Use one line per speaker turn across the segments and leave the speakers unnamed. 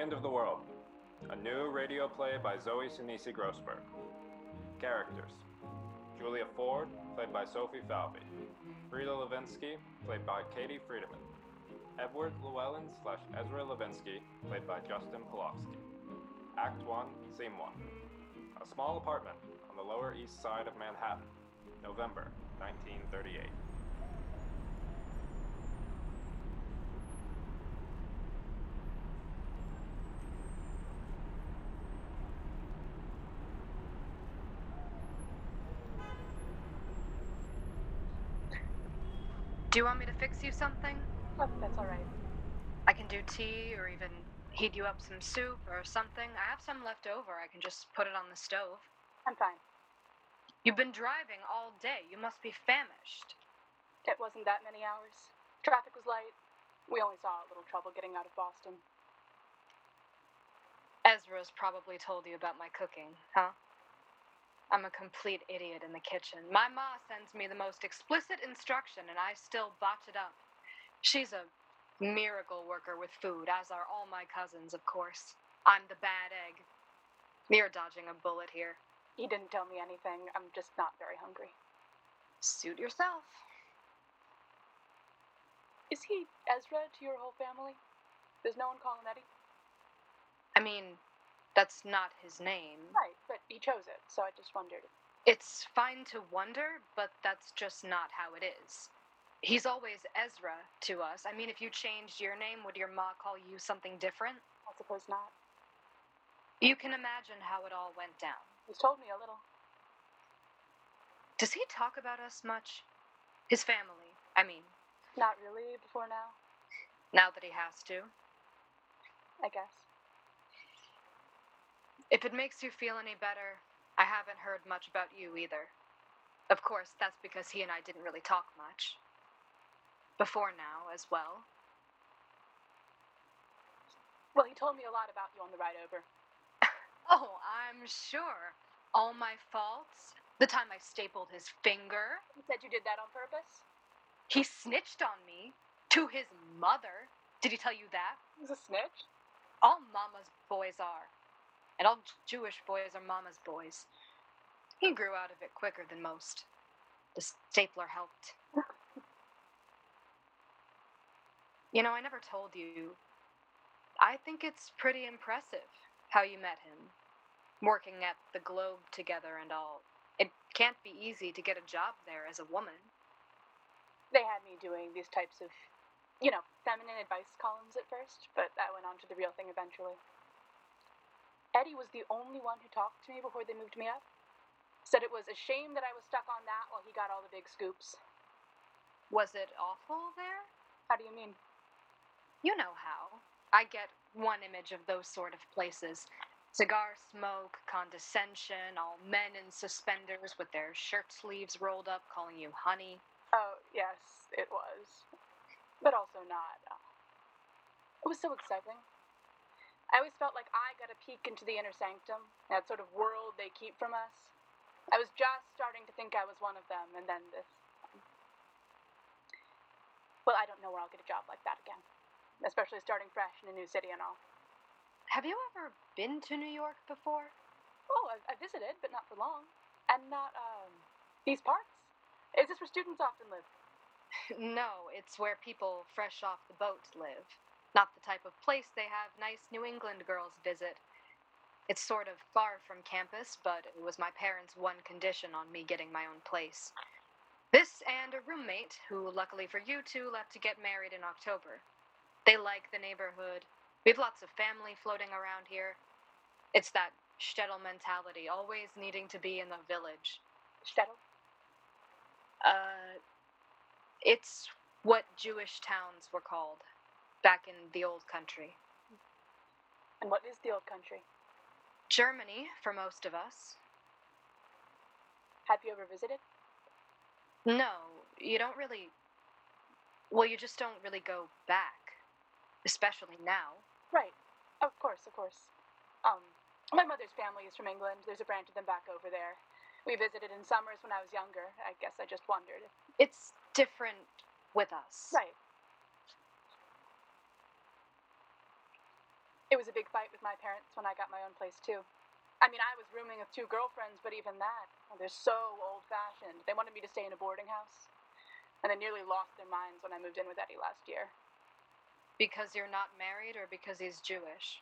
End of the World, a new radio play by Zoe Sinise Grossberg. Characters Julia Ford, played by Sophie Falvey. Frida Levinsky, played by Katie Friedemann. Edward Llewellyn slash Ezra Levinsky, played by Justin Polofsky. Act 1, Scene 1. A small apartment on the Lower East Side of Manhattan, November 1938.
Do you want me to fix you something?
Oh, that's all right.
I can do tea or even heat you up some soup or something. I have some left over. I can just put it on the stove.
I'm fine.
You've been driving all day. You must be famished.
It wasn't that many hours. Traffic was light. We only saw a little trouble getting out of Boston.
Ezra's probably told you about my cooking, huh? I'm a complete idiot in the kitchen. My ma sends me the most explicit instruction, and I still botch it up. She's a miracle worker with food, as are all my cousins, of course. I'm the bad egg. You're dodging a bullet here.
You didn't tell me anything. I'm just not very hungry.
Suit yourself.
Is he Ezra to your whole family? There's no one calling e-, Eddie?
I mean, that's not his name.
Right, but he chose it, so I just wondered.
It's fine to wonder, but that's just not how it is. He's always Ezra to us. I mean, if you changed your name, would your ma call you something different?
I suppose not.
You can imagine how it all went down.
He's told me a little.
Does he talk about us much? His family, I mean,
Not really before now,
now that he has to.
I guess.
If it makes you feel any better, I haven't heard much about you either. Of course, that's because he and I didn't really talk much. Before now, as well.
Well, he told me a lot about you on the ride over.
Oh, I'm sure. All my faults. The time I stapled his finger.
He said you did that on purpose?
He snitched on me. To his mother. Did he tell you that?
He's a snitch?
All mama's boys are. And all Jewish boys are mama's boys. He grew out of it quicker than most. The stapler helped. you know, I never told you. I think it's pretty impressive how you met him. Working at the Globe together and all. It can't be easy to get a job there as a woman.
They had me doing these types of, you know, feminine advice columns at first, but I went on to the real thing eventually. Eddie was the only one who talked to me before they moved me up. Said it was a shame that I was stuck on that while he got all the big scoops.
Was it awful there?
How do you mean?
You know how. I get one image of those sort of places cigar smoke, condescension, all men in suspenders with their shirt sleeves rolled up calling you honey.
Oh, yes, it was. But also not. Uh, It was so exciting. I always felt like I got a peek into the inner sanctum, that sort of world they keep from us. I was just starting to think I was one of them, and then this. Well, I don't know where I'll get a job like that again, especially starting fresh in a new city and all.
Have you ever been to New York before?
Oh, I, I visited, but not for long. And not, um, these parts? Is this where students often live?
no, it's where people fresh off the boat live. Not the type of place they have nice New England girls visit. It's sort of far from campus, but it was my parents' one condition on me getting my own place. This and a roommate, who luckily for you two left to get married in October. They like the neighborhood. We have lots of family floating around here. It's that shtetl mentality, always needing to be in the village.
Shtetl?
Uh, it's what Jewish towns were called back in the old country.
And what is the old country?
Germany, for most of us.
Have you ever visited?
No, you don't really. Well, you just don't really go back, especially now.
Right. Of course, of course. Um, my mother's family is from England. There's a branch of them back over there. We visited in summers when I was younger. I guess I just wondered. if-
It's different with us.
Right. It was a big fight with my parents when I got my own place, too. I mean, I was rooming with two girlfriends, but even that, oh, they're so old fashioned. They wanted me to stay in a boarding house. And they nearly lost their minds when I moved in with Eddie last year.
Because you're not married or because he's Jewish?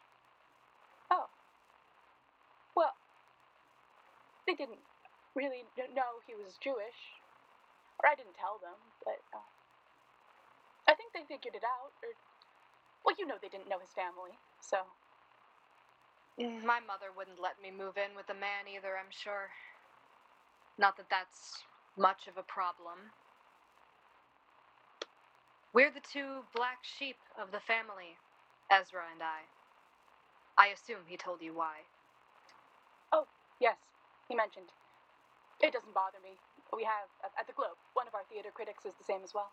Oh. Well, they didn't really kn- know he was Jewish. Or I didn't tell them, but uh, I think they figured it out. Or, well, you know, they didn't know his family, so.
Mm, My mother wouldn't let me move in with a man either, I'm sure. Not that that's much of a problem. We're the two black sheep of the family, Ezra and I. I assume he told you why.
Yes, he mentioned. It doesn't bother me. We have, at- at the Globe, one of our theater critics is the same as well.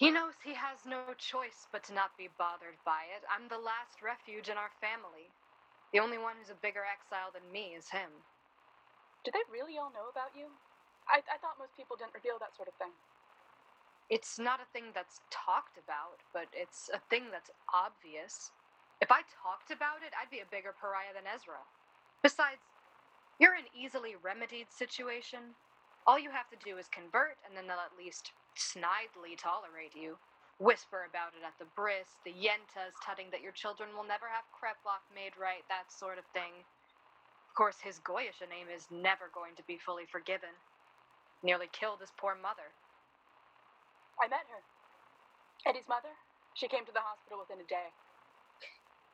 He knows he has no choice but to not be bothered by it. I'm the last refuge in our family. The only one who's a bigger exile than me is him.
Do they really all know about you? I, I thought most people didn't reveal that sort of thing.
It's not a thing that's talked about, but it's a thing that's obvious. If I talked about it, I'd be a bigger pariah than Ezra. Besides, you're an easily remedied situation. All you have to do is convert, and then they'll at least snidely tolerate you. Whisper about it at the bris, the yentas tutting that your children will never have kreplach made right, that sort of thing. Of course, his Goyish name is never going to be fully forgiven. Nearly killed his poor mother.
I met her. Eddie's mother? She came to the hospital within a day.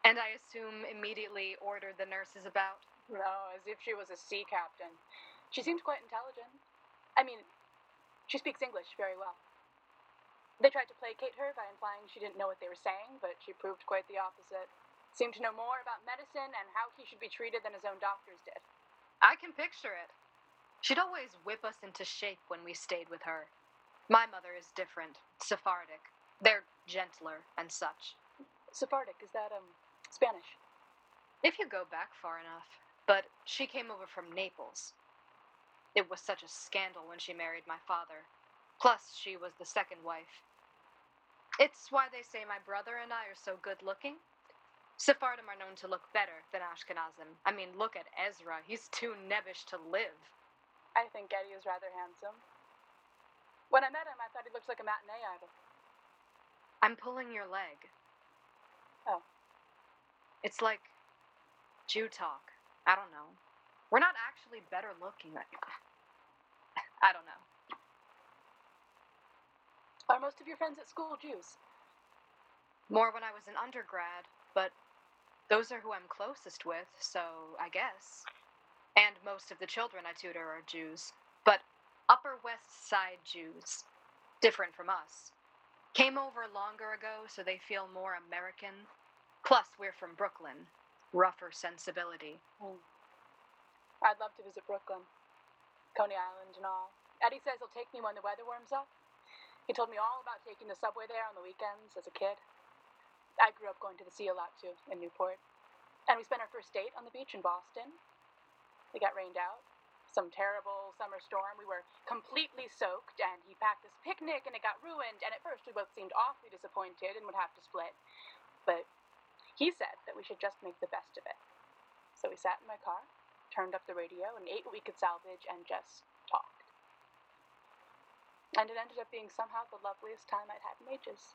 And I assume immediately ordered the nurses about.
No, as if she was a sea captain. She seemed quite intelligent. I mean, she speaks English very well. They tried to placate her by implying she didn't know what they were saying, but she proved quite the opposite. Seemed to know more about medicine and how he should be treated than his own doctors did.
I can picture it. She'd always whip us into shape when we stayed with her. My mother is different, Sephardic. They're gentler and such.
Sephardic, is that, um, Spanish?
If you go back far enough. But she came over from Naples. It was such a scandal when she married my father. Plus, she was the second wife. It's why they say my brother and I are so good looking. Sephardim are known to look better than Ashkenazim. I mean, look at Ezra. He's too nebbish to live.
I think Eddie is rather handsome. When I met him, I thought he looked like a matinee idol.
I'm pulling your leg.
Oh.
It's like Jew talk. I don't know. We're not actually better looking. I don't know.
Are most of your friends at school Jews?
More when I was an undergrad, but those are who I'm closest with, so I guess. And most of the children I tutor are Jews, but Upper West Side Jews, different from us. Came over longer ago, so they feel more American. Plus, we're from Brooklyn. Rougher sensibility.
I'd love to visit Brooklyn, Coney Island, and all. Eddie says he'll take me when the weather warms up. He told me all about taking the subway there on the weekends as a kid. I grew up going to the sea a lot too in Newport, and we spent our first date on the beach in Boston. We got rained out. Some terrible summer storm. We were completely soaked, and he packed this picnic, and it got ruined. And at first, we both seemed awfully disappointed and would have to split. But he said that we should just make the best of it. So we sat in my car, turned up the radio, and ate what we could salvage and just talked. And it ended up being somehow the loveliest time I'd had in ages.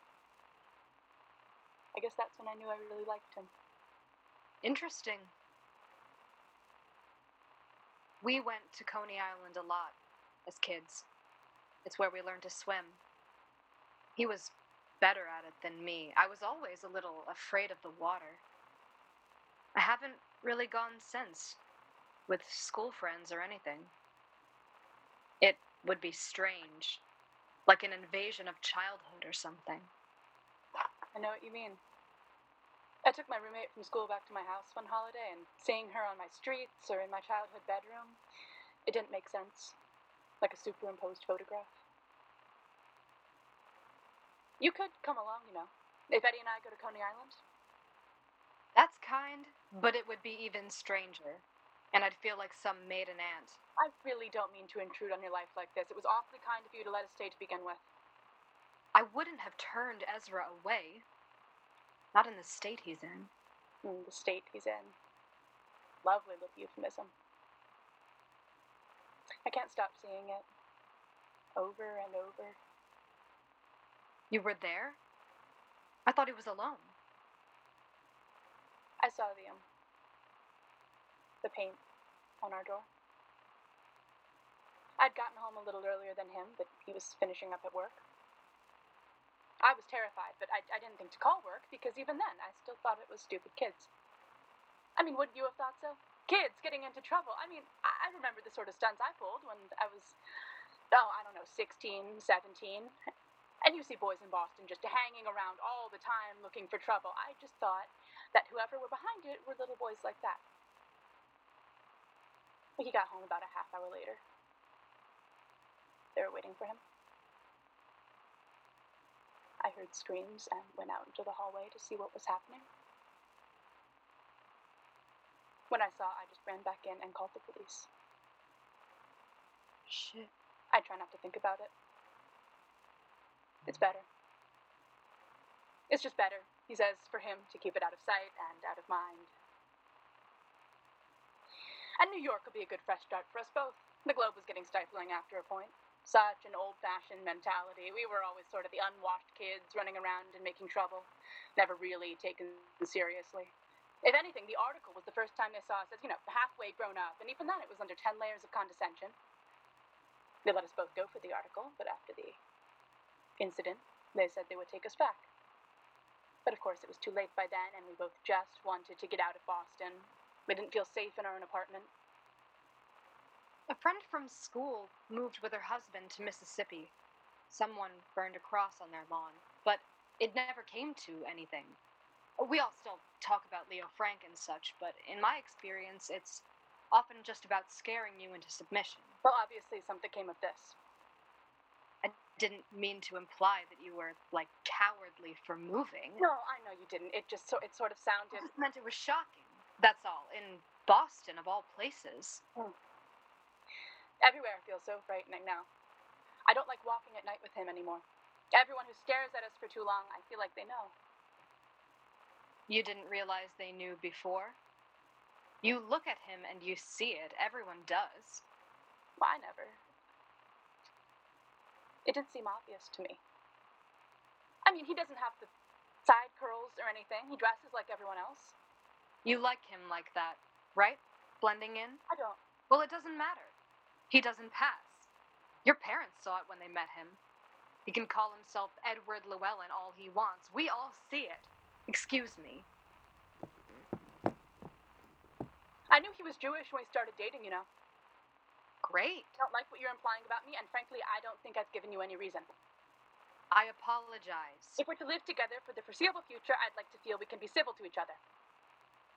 I guess that's when I knew I really liked him.
Interesting. We went to Coney Island a lot as kids. It's where we learned to swim. He was better at it than me. I was always a little afraid of the water. I haven't really gone since with school friends or anything. It would be strange, like an invasion of childhood or something.
I know what you mean. I took my roommate from school back to my house one holiday, and seeing her on my streets or in my childhood bedroom, it didn't make sense. Like a superimposed photograph. You could come along, you know, if Eddie and I go to Coney Island.
That's kind, but it would be even stranger, and I'd feel like some maiden aunt.
I really don't mean to intrude on your life like this. It was awfully kind of you to let us stay to begin with.
I wouldn't have turned Ezra away. Not in the state he's in.
and Mm, the state he's in. Lovely little euphemism. I can't stop seeing it. Over and over.
You were there? I thought he was alone.
I saw the um, the paint on our door. I'd gotten home a little earlier than him, but he was finishing up at work. I was terrified, but I, I didn't think to call work because even then I still thought it was stupid kids. I mean, wouldn't you have thought so? Kids getting into trouble. I mean, I, I remember the sort of stunts I pulled when I was, oh, I don't know, 16, 17. And you see boys in Boston just hanging around all the time looking for trouble. I just thought that whoever were behind it were little boys like that. But he got home about a half hour later. They were waiting for him. I heard screams and went out into the hallway to see what was happening. When I saw, I just ran back in and called the police.
Shit.
I try not to think about it. It's better. It's just better, he says, for him to keep it out of sight and out of mind. And New York will be a good fresh start for us both. The globe was getting stifling after a point. Such an old fashioned mentality. We were always sort of the unwashed kids running around and making trouble, never really taken seriously. If anything, the article was the first time they saw us as, you know, halfway grown up, and even then it was under ten layers of condescension. They let us both go for the article, but after the incident, they said they would take us back. But of course, it was too late by then, and we both just wanted to get out of Boston. We didn't feel safe in our own apartment.
A friend from school moved with her husband to Mississippi. Someone burned a cross on their lawn, but it never came to anything. We all still talk about Leo Frank and such, but in my experience, it's often just about scaring you into submission.
Well, obviously, something came of this.
I didn't mean to imply that you were, like, cowardly for moving.
No, I know you didn't. It just so it sort of
I
sounded.
just meant it was shocking. That's all. In Boston, of all places.
Everywhere feels so frightening now. I don't like walking at night with him anymore. Everyone who stares at us for too long, I feel like they know.
You didn't realize they knew before? You look at him and you see it. Everyone does.
Well, I never. It didn't seem obvious to me. I mean, he doesn't have the side curls or anything. He dresses like everyone else.
You like him like that, right? Blending in?
I don't.
Well, it doesn't matter. He doesn't pass. Your parents saw it when they met him. He can call himself Edward Llewellyn all he wants. We all see it. Excuse me.
I knew he was Jewish when we started dating, you know.
Great.
I don't like what you're implying about me, and frankly, I don't think I've given you any reason.
I apologize.
If we're to live together for the foreseeable future, I'd like to feel we can be civil to each other.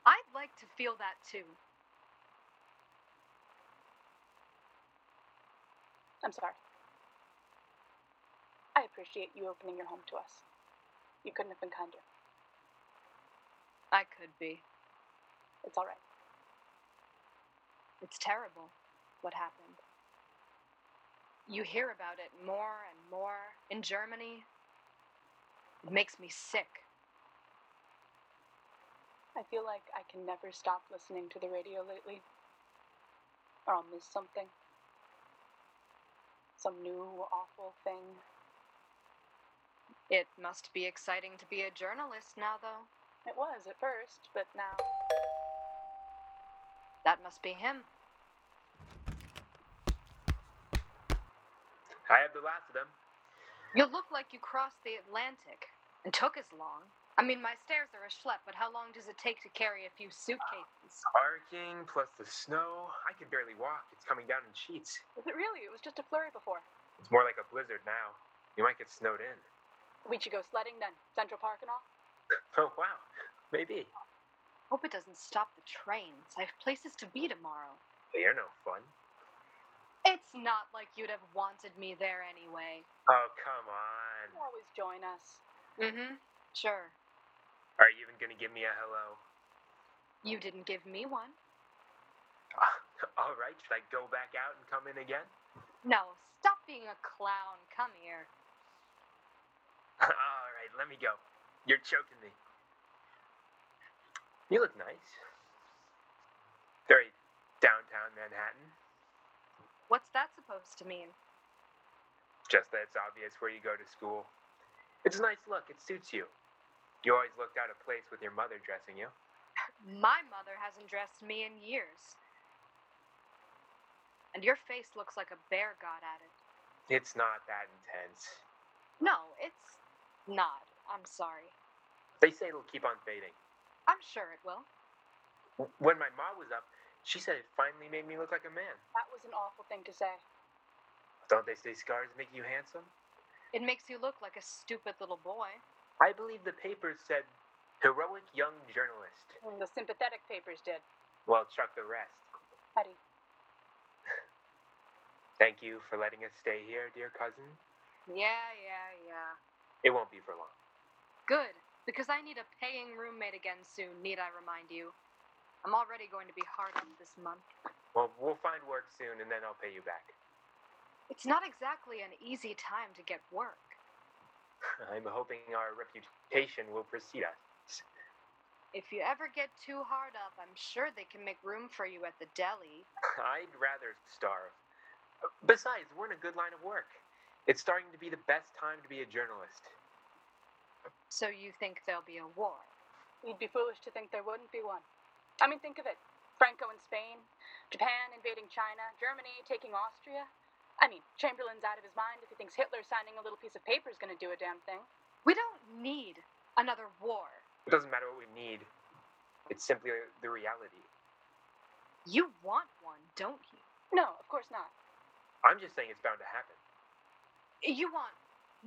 I'd like to feel that too.
I'm sorry. I appreciate you opening your home to us. You couldn't have been kinder.
I could be.
It's all right.
It's terrible what happened. You hear about it more and more in Germany. It makes me sick.
I feel like I can never stop listening to the radio lately. Or I'll miss something. Some new awful thing.
It must be exciting to be a journalist now, though.
It was at first, but now.
That must be him.
I have the last of them.
You look like you crossed the Atlantic and took as long. I mean, my stairs are a schlep, but how long does it take to carry a few suitcases?
Arcing plus the snow. I can barely walk. It's coming down in sheets.
Was it really? It was just a flurry before.
It's more like a blizzard now. You might get snowed in.
We should go sledding then, Central Park and all.
Oh, wow. Maybe.
Hope it doesn't stop the trains. I have places to be tomorrow.
They're no fun.
It's not like you'd have wanted me there anyway.
Oh, come on.
You always join us.
Mm hmm. Sure.
Are you even going to give me a hello?
You didn't give me one.
All right, should I go back out and come in again?
No, stop being a clown. Come here.
All right, let me go. You're choking me. You look nice. Very downtown Manhattan.
What's that supposed to mean?
Just that it's obvious where you go to school. It's a nice look. It suits you. You always looked out of place with your mother dressing you.
My mother hasn't dressed me in years. And your face looks like a bear got at it.
It's not that intense.
No, it's not. I'm sorry.
They say it'll keep on fading.
I'm sure it will.
W- When my mom was up, she said it finally made me look like a man.
That was an awful thing to say.
Don't they say scars make you handsome?
It makes you look like a stupid little boy.
I believe the papers said heroic young journalist.
The sympathetic papers did.
Well, chuck the rest.
Eddie,
Thank you for letting us stay here, dear cousin.
Yeah, yeah, yeah.
It won't be for long.
Good, because I need a paying roommate again soon, need I remind you? I'm already going to be hard up this month.
Well, we'll find work soon, and then I'll pay you back.
It's not exactly an easy time to get work.
I'm hoping our reputation will precede us.
If you ever get too hard up, I'm sure they can make room for you at the deli.
I'd rather starve. Besides, we're in a good line of work. It's starting to be the best time to be a journalist.
So you think there'll be a war?
you'd be foolish to think there wouldn't be one. I mean, think of it Franco in Spain, Japan invading China, Germany taking Austria. I mean, Chamberlain's out of his mind if he thinks Hitler signing a little piece of paper is going to do a damn thing.
We don't need another war.
It doesn't matter what we need, it's simply the reality.
You want one, don't you?
No, of course not.
I'm just saying it's bound to happen.
You want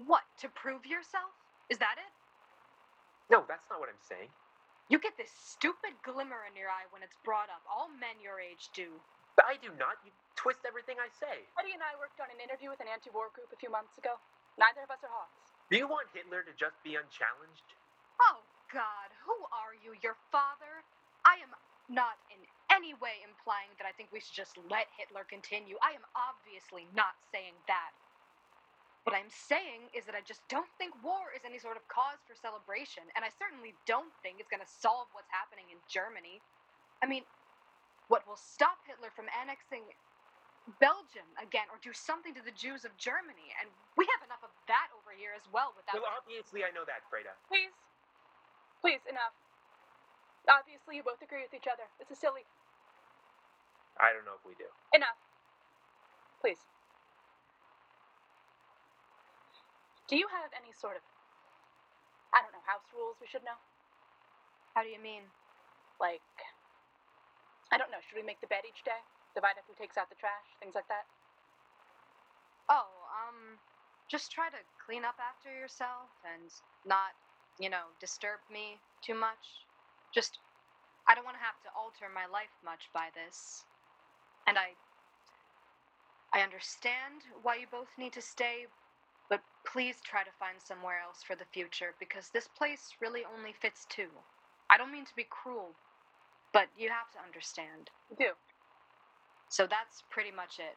what? To prove yourself? Is that it?
No, that's not what I'm saying.
You get this stupid glimmer in your eye when it's brought up. All men your age do.
I do not. You twist everything I say.
Eddie and I worked on an interview with an anti war group a few months ago. Neither of us are hawks.
Do you want Hitler to just be unchallenged?
Oh, God, who are you? Your father? I am not in any way implying that I think we should just let Hitler continue. I am obviously not saying that. What I'm saying is that I just don't think war is any sort of cause for celebration, and I certainly don't think it's going to solve what's happening in Germany. I mean, what will stop Hitler from annexing Belgium again or do something to the Jews of Germany? And we have enough of that over here as well without.
Well, obviously, I know that, Freda.
Please. Please, enough. Obviously, you both agree with each other. This is silly.
I don't know if we do.
Enough. Please. Do you have any sort of, I don't know, house rules we should know?
How do you mean?
Like, I don't know, should we make the bed each day? Divide up who takes out the trash? Things like that?
Oh, um, just try to clean up after yourself and not, you know, disturb me too much. Just, I don't want to have to alter my life much by this. And I, I understand why you both need to stay, but please try to find somewhere else for the future because this place really only fits two. I don't mean to be cruel, but you have to understand.
We do.
So that's pretty much it.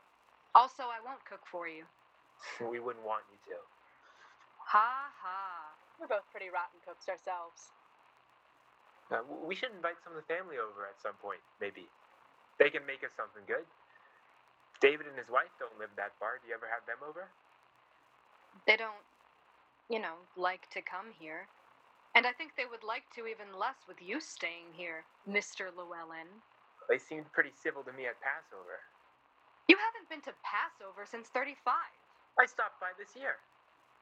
Also, I won't cook for you.
We wouldn't want you to.
Ha ha.
We're both pretty rotten cooks ourselves.
Uh, w- we should invite some of the family over at some point, maybe. They can make us something good. David and his wife don't live that far. Do you ever have them over?
They don't, you know, like to come here. And I think they would like to even less with you staying here, Mr. Llewellyn.
They seemed pretty civil to me at Passover.
You haven't been to Passover since 35.
I stopped by this year.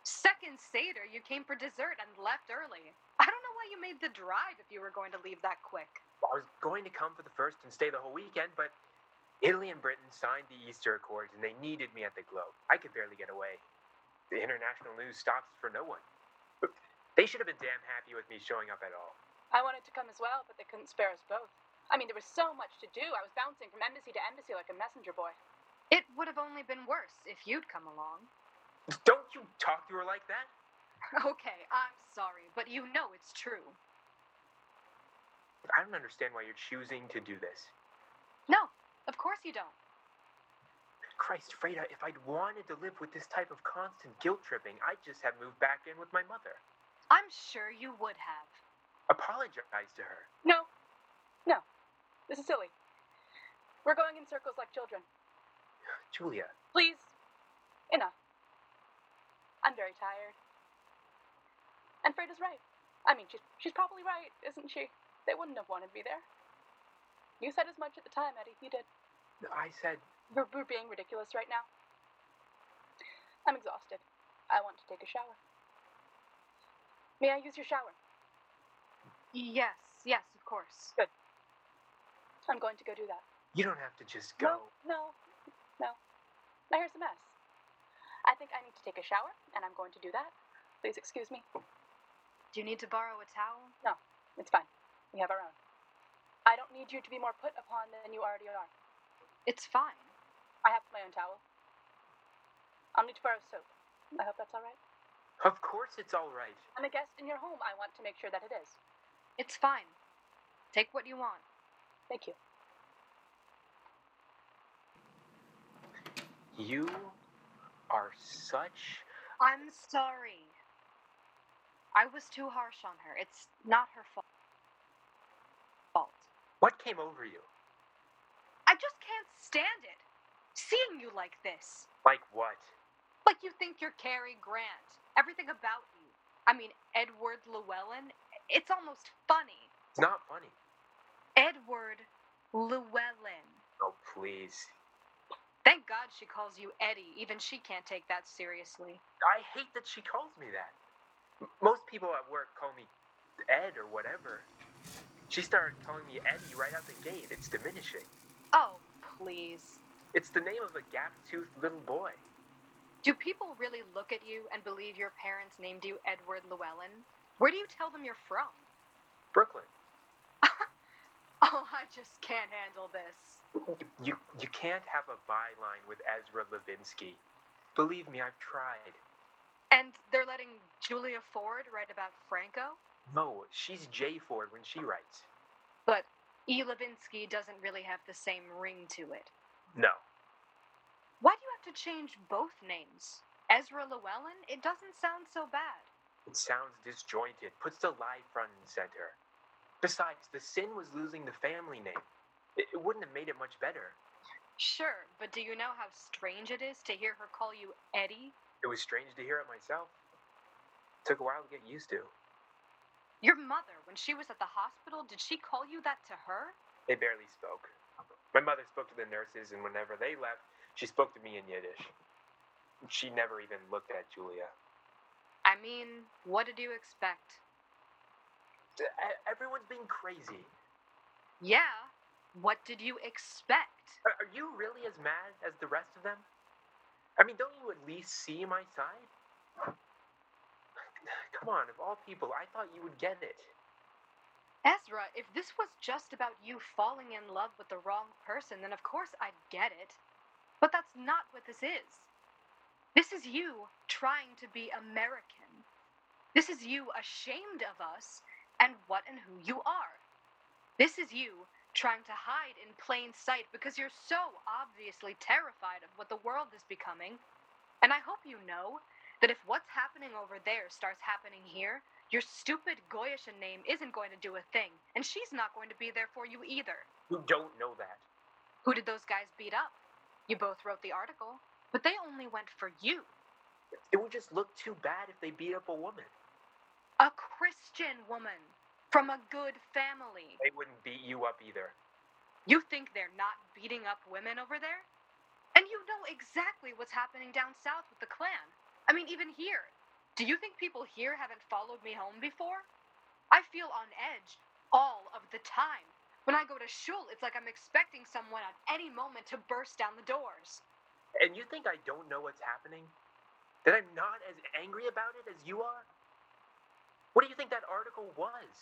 Second Seder, you came for dessert and left early. I don't know why you made the drive if you were going to leave that quick.
I was going to come for the first and stay the whole weekend, but Italy and Britain signed the Easter Accords and they needed me at the Globe. I could barely get away. The international news stops for no one. They should have been damn happy with me showing up at all.
I wanted to come as well, but they couldn't spare us both. I mean, there was so much to do. I was bouncing from embassy to embassy like a messenger boy.
It would have only been worse if you'd come along.
Don't you talk to her like that?
Okay, I'm sorry, but you know it's true.
I don't understand why you're choosing to do this.
No, of course you don't.
Christ, Freda, if I'd wanted to live with this type of constant guilt tripping, I'd just have moved back in with my mother.
I'm sure you would have.
Apologize to her.
No, This is silly. We're going in circles like children.
Julia,
Please. Enough. I'm very tired. And Fred is right. I mean, she's, she's probably right, isn't she? They wouldn't have wanted me there. You said as much at the time, Eddie. You did.
I said,
We're, we're being ridiculous right now. I'm exhausted. I want to take a shower. May I use your shower?
Yes, yes, of course.
I'm going to go do that.
you don't have to just go.
No, no, no. My hair's a mess. I think I need to take a shower, and I'm going to do that. Please excuse me.
Do you need to borrow a towel?
It's fine. We have our own. I don't need you to be more put upon than you already are.
It's fine.
I have my own towel. I'll need to borrow soap. I hope that's all right.
Of course it's all right.
I'm a guest in your home. I want to make sure that it is.
It's fine. Take what you want.
Thank you.
You are such.
I'm sorry. I was too harsh on her. It's not her fault. Fault.
What came over you?
I just can't stand it. Seeing you like this.
Like what?
Like you think you're Cary Grant. Everything about you. I mean, Edward Llewellyn. It's almost funny.
It's not funny.
Edward Llewellyn.
Oh, please.
Thank God she calls you Eddie. Even she can't take that seriously.
I hate that she calls me that. M- Most people at work call me Ed or whatever. She started calling me Eddie right out the gate. It's diminishing.
Oh, please.
It's the name of a gap-toothed little boy.
Do people really look at you and believe your parents named you Edward Llewellyn? Where do you tell them you're from?
Brooklyn,
Oh, I just can't handle this.
you you can't have a byline with Ezra Levinsky. Believe me, I've tried.
And they're letting Julia Ford write about Franco?
No, she's J Ford when she writes.
But E. Levinsky doesn't really have the same ring to it.
No,
Why do you have to change both names? Ezra Llewellyn? It doesn't sound so bad.
it sounds disjointed. Puts the lie front and center. Besides, the sin was losing the family name. It, it wouldn't have made it much better.
Sure, but do you know how strange it is to hear her call you Eddie?
It was strange to hear it myself. Took a while to get used to.
Your mother, when she was at the hospital, did she call you that to her?
They barely spoke. My mother spoke to the nurses, and whenever they left, she spoke to me in Yiddish. She never even looked at Julia.
I mean, what did you expect?
E- Everyone's being crazy.
Yeah, what did you expect?
Are are you really as mad as the rest of them? I mean, don't you at least see my side? Come on, of all people, I thought you would get it.
Ezra, if this was just about you falling in love with the wrong person, then of course I'd get it. But that's not what this is. This is you trying to be American. This is you ashamed of us and what and who you are. This is you trying to hide in plain sight because you're so obviously terrified of what the world is becoming. And I hope you know that if what's happening over there starts happening here, your stupid Goyish name isn't going to do a thing, and she's not going to be there for you either.
You don't know that.
Who did those guys beat up? You both wrote the article, but they only went for you,
It would just look too bad if they beat up a woman.
a Christian woman from a good family.
They wouldn't beat you up either.
You think they're not beating up women over there? And you know exactly what's happening down south with the Klan. I mean, even here. Do you think people here haven't followed me home before? I feel on edge all of the time. When I go to shul, it's like I'm expecting someone at any moment to burst down the doors.
And you think I don't know what's happening? That I'm not as angry about it as you are? What do you think that article was?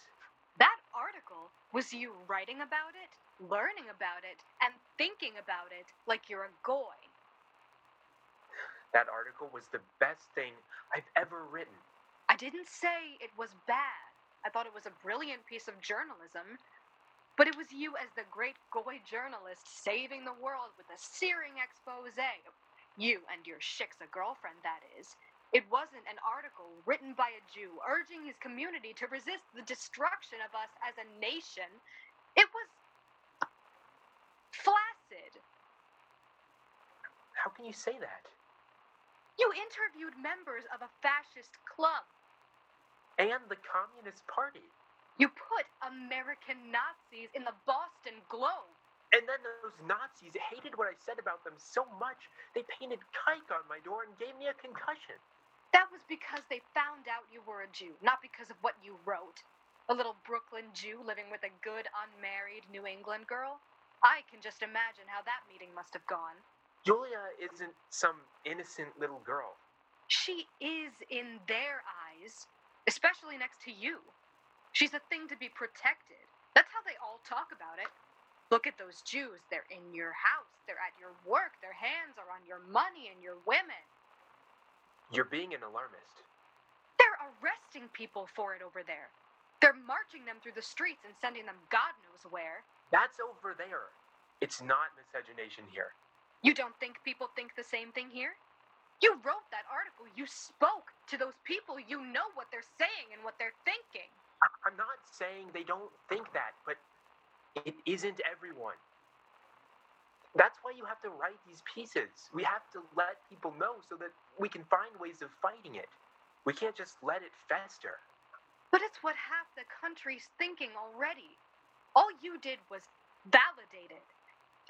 That article was you writing about it, learning about it, and thinking about it like you're a goy.
That article was the best thing I've ever written.
I didn't say it was bad. I thought it was a brilliant piece of journalism. But it was you, as the great goy journalist, saving the world with a searing expose. You and your shiksa girlfriend, that is. It wasn't an article written by a Jew urging his community to resist the destruction of us as a nation. It was flaccid.
How can you say that?
You interviewed members of a fascist club.
And the Communist Party.
You put American Nazis in the Boston Globe.
And then those Nazis hated what I said about them so much, they painted kike on my door and gave me a concussion.
That was because they found out you were a Jew, not because of what you wrote. A little Brooklyn Jew living with a good, unmarried New England girl? I can just imagine how that meeting must have gone.
Julia isn't some innocent little girl.
She is in their eyes, especially next to you. She's a thing to be protected. That's how they all talk about it. Look at those Jews. They're in your house, they're at your work, their hands are on your money and your women.
You're being an alarmist.
They're arresting people for it over there. They're marching them through the streets and sending them God knows where.
That's over there. It's not miscegenation here.
You don't think people think the same thing here? You wrote that article. You spoke to those people. You know what they're saying and what they're thinking.
I- I'm not saying they don't think that, but it isn't everyone. That's why you have to write these pieces. We have to let people know so that we can find ways of fighting it. We can't just let it fester.
But it's what half the country's thinking already. All you did was validate it.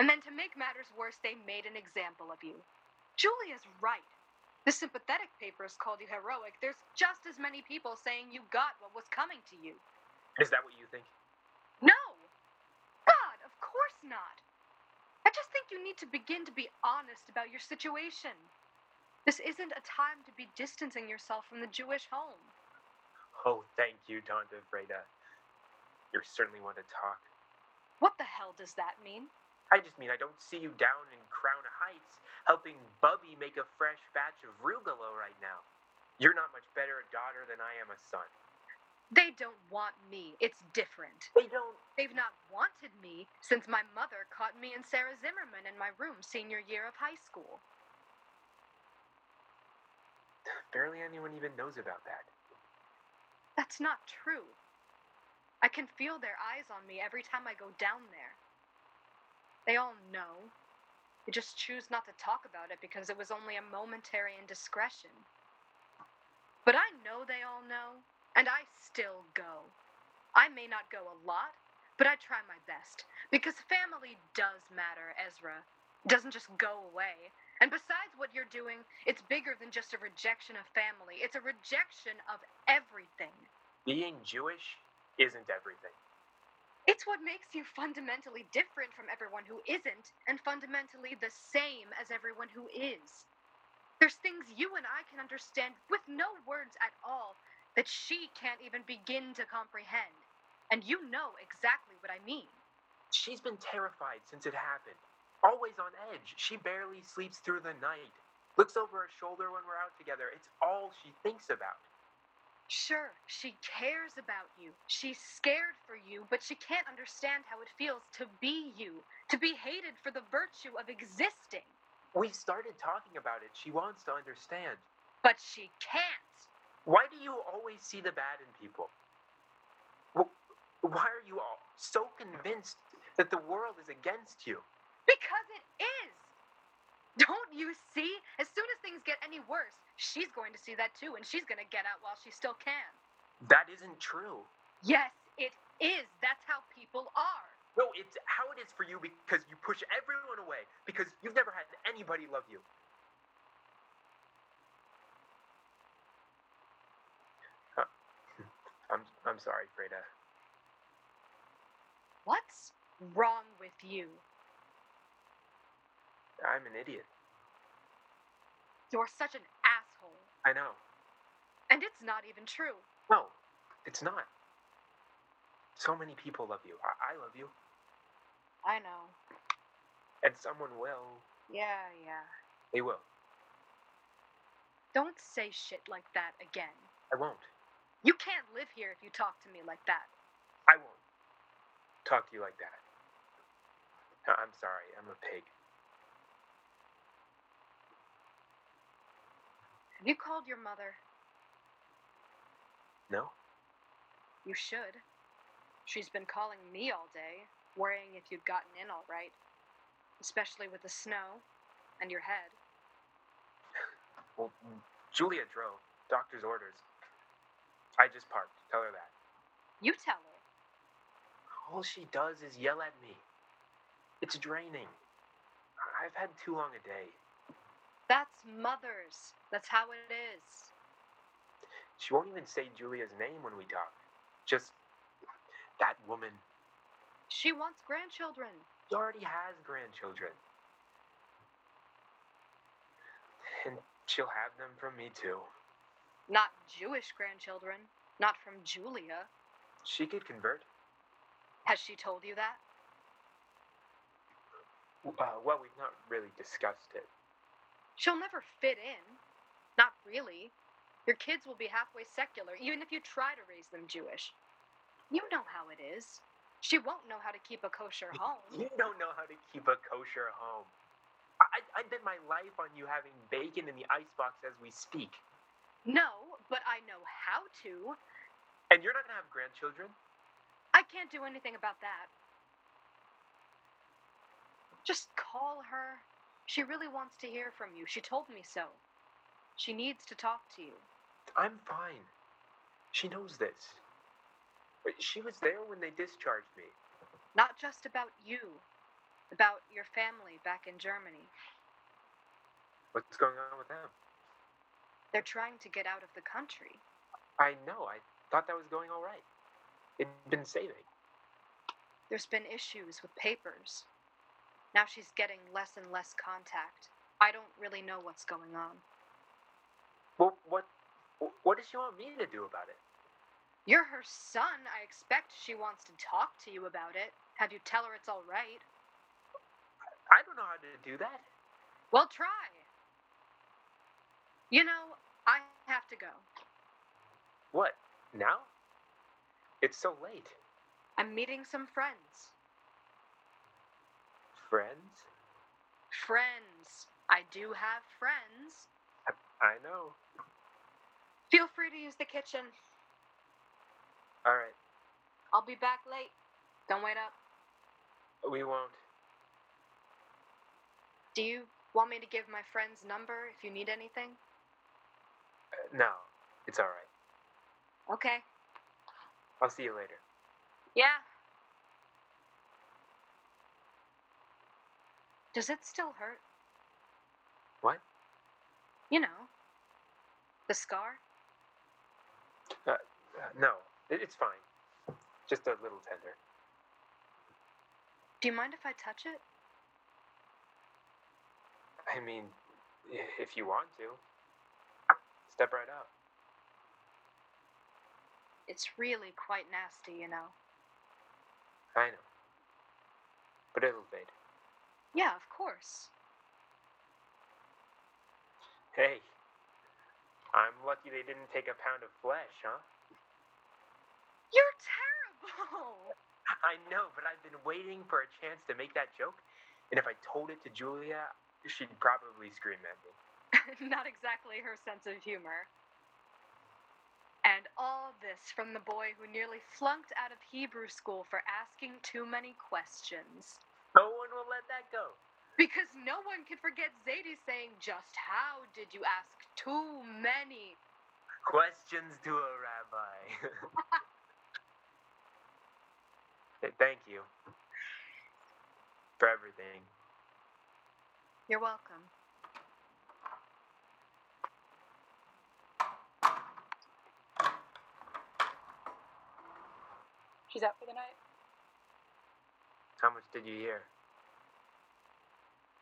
And then to make matters worse, they made an example of you. Julia's right. The sympathetic papers called you heroic. There's just as many people saying you got what was coming to you.
Is that what you think?
No! God, of course not! I just think you need to begin to be honest about your situation. This isn't a time to be distancing yourself from the Jewish home.
Oh, thank you, Donda Vreda. You're certainly one to talk.
What the hell does that mean?
I just mean I don't see you down in Crown Heights helping Bubby make a fresh batch of rugolo right now. You're not much better a daughter than I am a son.
They don't want me. It's different.
They don't.
They've not wanted me since my mother caught me and Sarah Zimmerman in my room senior year of high school.
Barely anyone even knows about that.
That's not true. I can feel their eyes on me every time I go down there. They all know. They just choose not to talk about it because it was only a momentary indiscretion. But I know they all know, and I still go. I may not go a lot, but I try my best because family does matter, Ezra. It doesn't just go away. And besides what you're doing, it's bigger than just a rejection of family. It's a rejection of everything.
Being Jewish isn't everything.
It's what makes you fundamentally different from everyone who isn't, and fundamentally the same as everyone who is. There's things you and I can understand with no words at all that she can't even begin to comprehend. And you know exactly what I mean.
She's been terrified since it happened. Always on edge. She barely sleeps through the night. Looks over her shoulder when we're out together. It's all she thinks about.
Sure, she cares about you. She's scared for you, but she can't understand how it feels to be you, to be hated for the virtue of existing.
We've started talking about it. She wants to understand.
But she can't.
Why do you always see the bad in people? Wh- Why are you all so convinced that the world is against you?
Because it is. Don't you see? As soon as things get any worse, she's going to see that too, and she's going to get out while she still can.
That isn't true.
Yes, it is. That's how people are.
No, it's how it is for you because you push everyone away because you've never had anybody love you. Uh, I'm I'm sorry, Freda.
What's wrong with you?
I'm an idiot.
You're such an asshole.
I know.
And it's not even true.
No, it's not. So many people love you. I, I love you,
I know.
and someone will.
Yeah, yeah.
They will.
Don't say shit like that again.
I won't.
You can't live here if you talk to me like that.
I won't talk to you like that. I- I'm sorry. I'm a pig.
Have you called your mother?
No,
You should. She's been calling me all day, worrying if you'd gotten in all right. Especially with the snow and your head.
Well, Julia drove. Doctor's orders. I just parked. Tell her that.
You tell her.
All she does is yell at me. It's draining. I- I've had too long a day.
That's mothers. That's how it is.
She won't even say Julia's name when we talk. Just that woman
She wants grandchildren.
She already has grandchildren. And she'll have them from me too.
Not Jewish grandchildren. Not from Julia.
She could convert.
Has she told you that?
Uh, well, we've not really discussed it.
She'll never fit in. Not really. Your kids will be halfway secular, even if you try to raise them Jewish. You know how it is. She won't know how to keep a kosher home.
You don't know how to keep a kosher home. I, I- I bet my life on you having bacon in the icebox as we speak.
No, but I know how to.
And you're not going to have grandchildren?
I can't do anything about that. Just call her. She really wants to hear from you. She told me so. She needs to talk to you.
I'm fine. She knows this. But She was there when they discharged me.
Not just about you, about your family back in Germany.
What's going on with them?
They're trying to get out of the country.
I know. I thought that was going all right. It'd been saving.
There's been issues with papers. Now she's getting less and less contact. I don't really know what's going on.
Well, what, what does she want me to do about it?
You're her son. I expect she wants to talk to you about it. Have you tell her it's all right?
I don't know how to do that.
Well, try. You know, I have to go.
What? Now? It's so late.
I'm meeting some friends.
Friends?
Friends. I do have friends.
I know.
Feel free to use the kitchen.
All right.
I'll be back late. Don't wait up.
We won't.
Do you want me to give my friend's number if you need anything?
Uh, no. It's all right.
Okay.
I'll see you later.
Yeah. Does it still hurt?
What?
You know, the scar?
Uh, no. It, it's fine. Just a little tender.
Do you mind if I touch it?
I mean, i- if you want to, step right up.
It's really quite nasty, you know.
I know. But it'll fade.
Yeah, of course.
Hey, I'm lucky they didn't take a pound of flesh, huh?
You're terrible!
I know, but I've been waiting for a chance to make that joke, and if I told it to Julia, she'd probably scream at me.
Not exactly her sense of humor. And all this from the boy who nearly flunked out of Hebrew school for asking too many questions.
No one will let that go.
Because no one can forget Zadie saying, Just how did you ask too many?
Questions to a rabbi. Th- Thank you for everything.
You're welcome.
She's out for the night.
How much did you hear?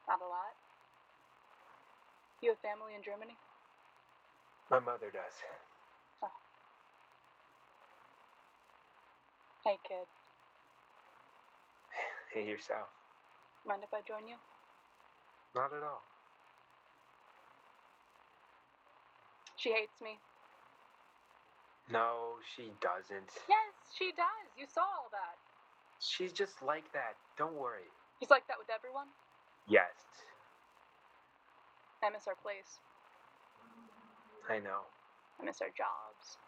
Not a lot. You have family in Germany?
My mother does.
Hey, kid.
Hey, yourself.
Mind if I join you?
Not at all.
She hates me.
No, she doesn't.
Yes, she does. You saw all that.
She's just like that. Don't worry.
He's like that with everyone.
Yes,
I miss our place.
I know.
I miss our jobs.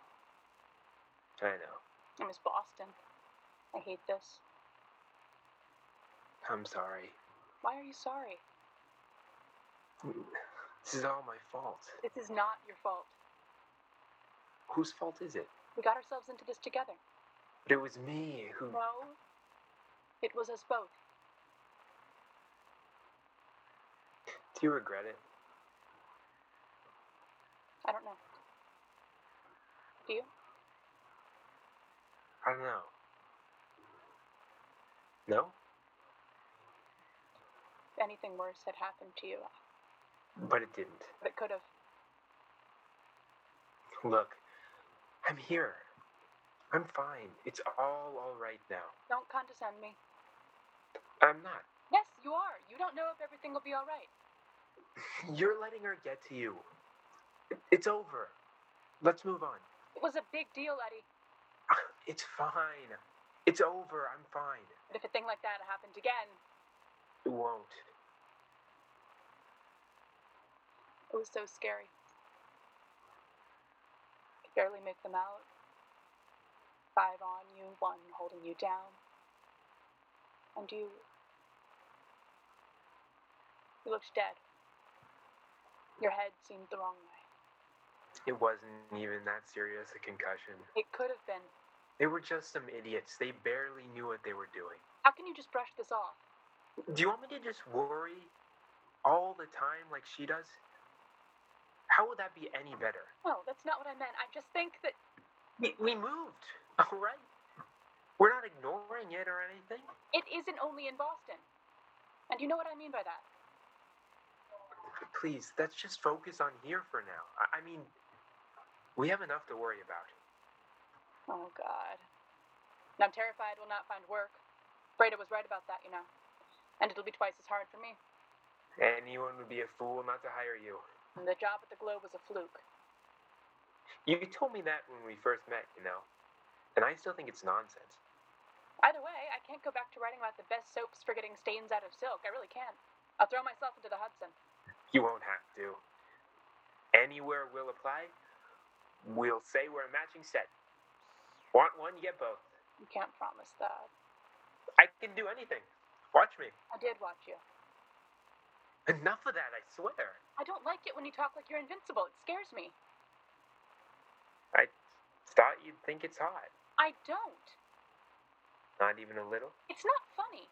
I know.
I miss Boston. I hate this.
I'm sorry.
Why are you sorry?
This is all my fault.
This is not your fault.
Whose fault is it?
We got ourselves into this together.
But it was me who.
No, it was us both.
Do you regret it?
I don't know. Do you?
I don't know. No?
If anything worse had happened to you,
But it didn't.
but it could have.
Look, I'm here. I'm fine. It's all alright now.
Don't condescend me.
I'm not.
Yes, you are. You don't know if everything will be all right.
You're letting her get to you. It's over. Let's move on. Ah,
It was a big deal, Eddie.
It's fine. It's over. I'm fine.
But if a thing like that happened again,
It won't.
it was so scary. Could barely make them out. Five on you, one holding you down. And you. You looked dead. Your head seemed the wrong way.
It wasn't even that serious a concussion.
It could have been.
They were just some idiots. They barely knew what they were doing.
How can you just brush this off?
Do you want me to just worry all the time like she does? How would that be any better?
No, that's not what I meant. I just think that.
We, we moved, all right? We're not ignoring it or anything.
It isn't only in Boston. And you know what I mean by that.
Please, let's just focus on here for now. I, I mean, we have enough to worry about.
Oh, God. And I'm terrified we'll not find work. Breda was right about that, you know. And it'll be twice as hard for me.
Anyone would be a fool not to hire you.
And the job at the Globe was a fluke.
You told me that when we first met, you know. And I still think it's nonsense.
Either way, I can't go back to writing about the best soaps for getting stains out of silk. I really can't. I'll throw myself into the Hudson.
You won't have to. Anywhere we'll apply, we'll say we're a matching set. Want one, you get both.
You can't promise that.
I can do anything. Watch me.
I did watch you.
Enough of that, I swear.
I don't like it when you talk like you're invincible. It scares me.
I thought you'd think it's hot.
I don't.
Not even a little.
It's not funny.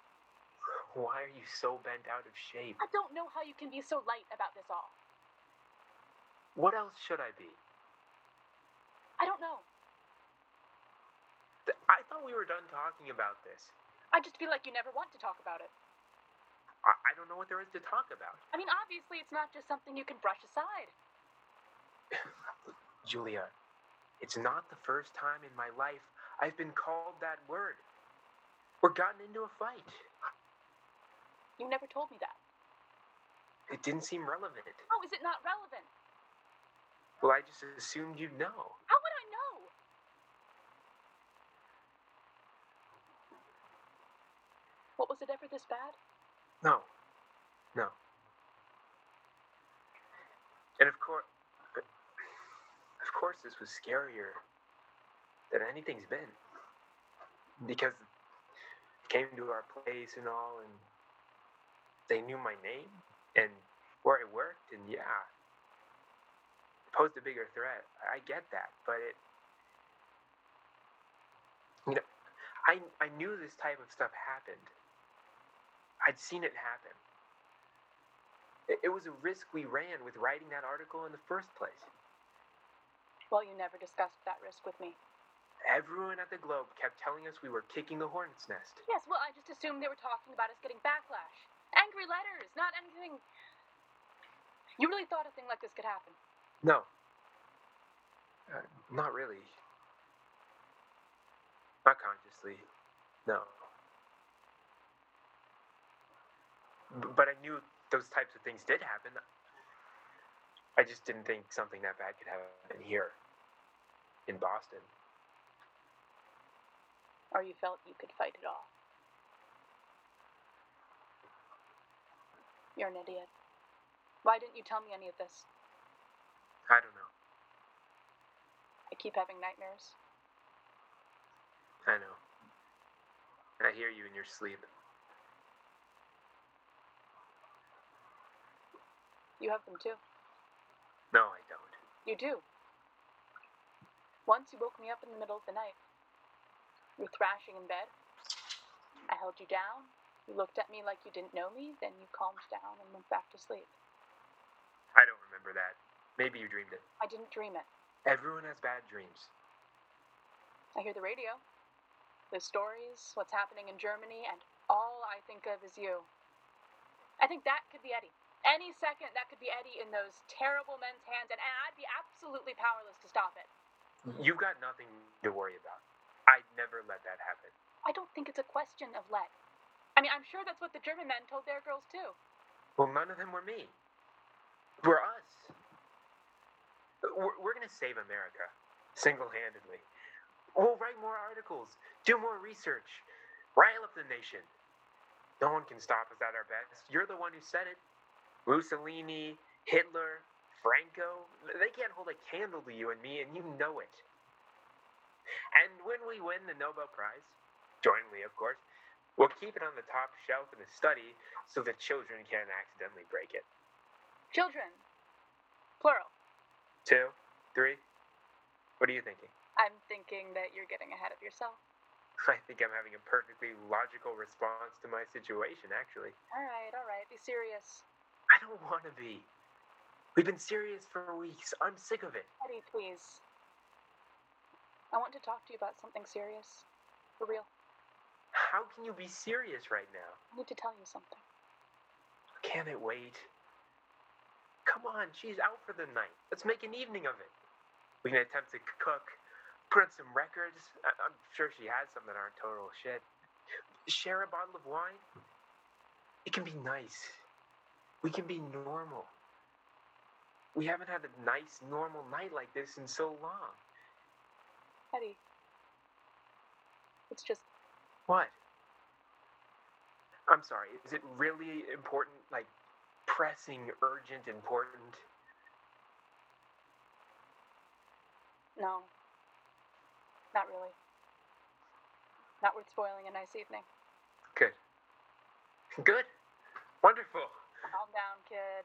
Why are you so bent out of shape?
I don't know how you can be so light about this all.
What else should I be?
I don't know.
Th- I thought we were done talking about this.
I just feel like you never want to talk about it.
I, I don't know what there is to talk about.
I mean, obviously, it's not just something you can brush aside.
Julia, it's not the first time in my life I've been called that word or gotten into a fight.
You never told me that.
It didn't seem relevant.
How is it not relevant?
Well, I just assumed you'd know.
How would I know? What was it ever this bad?
No. No. And of course, of course, this was scarier than anything's been. Because it came to our place and all, and they knew my name and where I worked, and yeah, it posed a bigger threat. I get that, but it, you know, I, I knew this type of stuff happened. I'd seen it happen. It, it was a risk we ran with writing that article in the first place.
Well, you never discussed that risk with me.
Everyone at the Globe kept telling us we were kicking the hornet's nest.
Yes, well, I just assumed they were talking about us getting backlash. Angry letters, not anything. You really thought a thing like this could happen?
No. Uh, not really. Not consciously. No. B- but I knew those types of things did happen. I just didn't think something that bad could happen here in Boston.
Or you felt you could fight it all? You're an idiot. Why didn't you tell me any of this?
I don't know.
I keep having nightmares.
I know. I hear you in your sleep.
You have them too.
No, I don't.
You do. Once you woke me up in the middle of the night. You were thrashing in bed. I held you down. You looked at me like you didn't know me. Then you calmed down and went back to sleep.
I don't remember that. Maybe you dreamed it.
I didn't dream it.
Everyone has bad dreams.
I hear the radio, the stories, what's happening in Germany, and all I think of is you. I think that could be Eddie. Any second, that could be Eddie in those terrible men's hands, and, and I'd be absolutely powerless to stop it.
You've got nothing to worry about. I'd never let that happen.
I don't think it's a question of let. I mean, I'm sure that's what the German men told their girls, too.
Well, none of them were me. Were us. We're, we're going to save America single handedly. We'll write more articles, do more research, rile up the nation. No one can stop us at our best. You're the one who said it. Mussolini, Hitler, Franco, they can't hold a candle to you and me, and you know it. And when we win the Nobel Prize, jointly, of course, we'll keep it on the top shelf in the study so the children can't accidentally break it.
Children. Plural.
Two, three. What are you thinking?
I'm thinking that you're getting ahead of yourself.
I think I'm having a perfectly logical response to my situation, actually.
All right, all right, be serious.
I don't want to be. We've been serious for weeks. I'm sick of it.
Eddie, please. I want to talk to you about something serious. For real.
How can you be serious right now?
I need to tell you something.
Can it wait? Come on, she's out for the night. Let's make an evening of it. We can attempt to cook, put on some records. I- I'm sure she has some that aren't total shit. Share a bottle of wine. It can be nice. We can be normal. We haven't had a nice, normal night like this in so long.
Eddie. It's just,
What? I'm sorry, is it really important? Like, pressing, urgent, important?
no. Not really. Not worth spoiling a nice evening.
Good. Good. Wonderful.
Calm down, kid.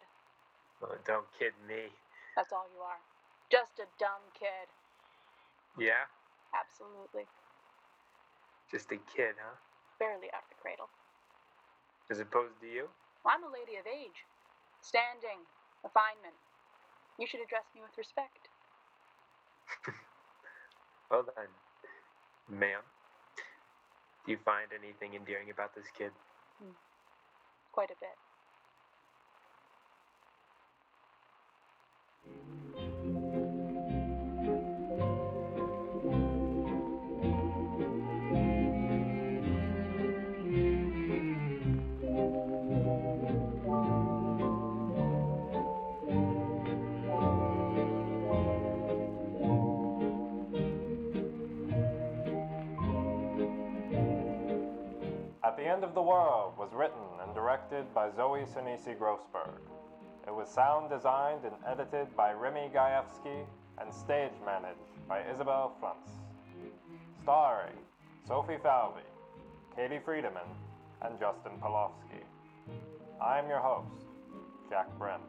Oh, don't kid me.
That's all you are. Just a dumb kid.
Yeah?
Absolutely.
Just a kid, huh?
Barely out of the cradle.
As opposed to you?
I'm a lady of age. Standing. Refinement. You should address me with respect.
Well then, ma'am. Do you find anything endearing about this kid?
Quite a bit.
At the End of the World was written and directed by Zoe Sinise Grossberg. It was sound designed and edited by Remy Gajewski and stage managed by Isabel Frantz. Starring Sophie Falvey, Katie Friedemann, and Justin Polofsky. I am your host, Jack Brim.